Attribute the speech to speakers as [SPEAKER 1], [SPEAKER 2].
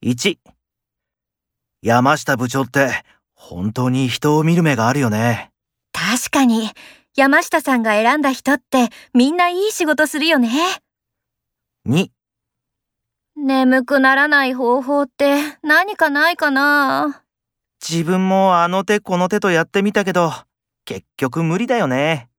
[SPEAKER 1] 1、山下部長って本当に人を見る目があるよね。
[SPEAKER 2] 確かに、山下さんが選んだ人ってみんないい仕事するよね。
[SPEAKER 1] 2、
[SPEAKER 2] 眠くならない方法って何かないかな
[SPEAKER 1] 自分もあの手この手とやってみたけど、結局無理だよね。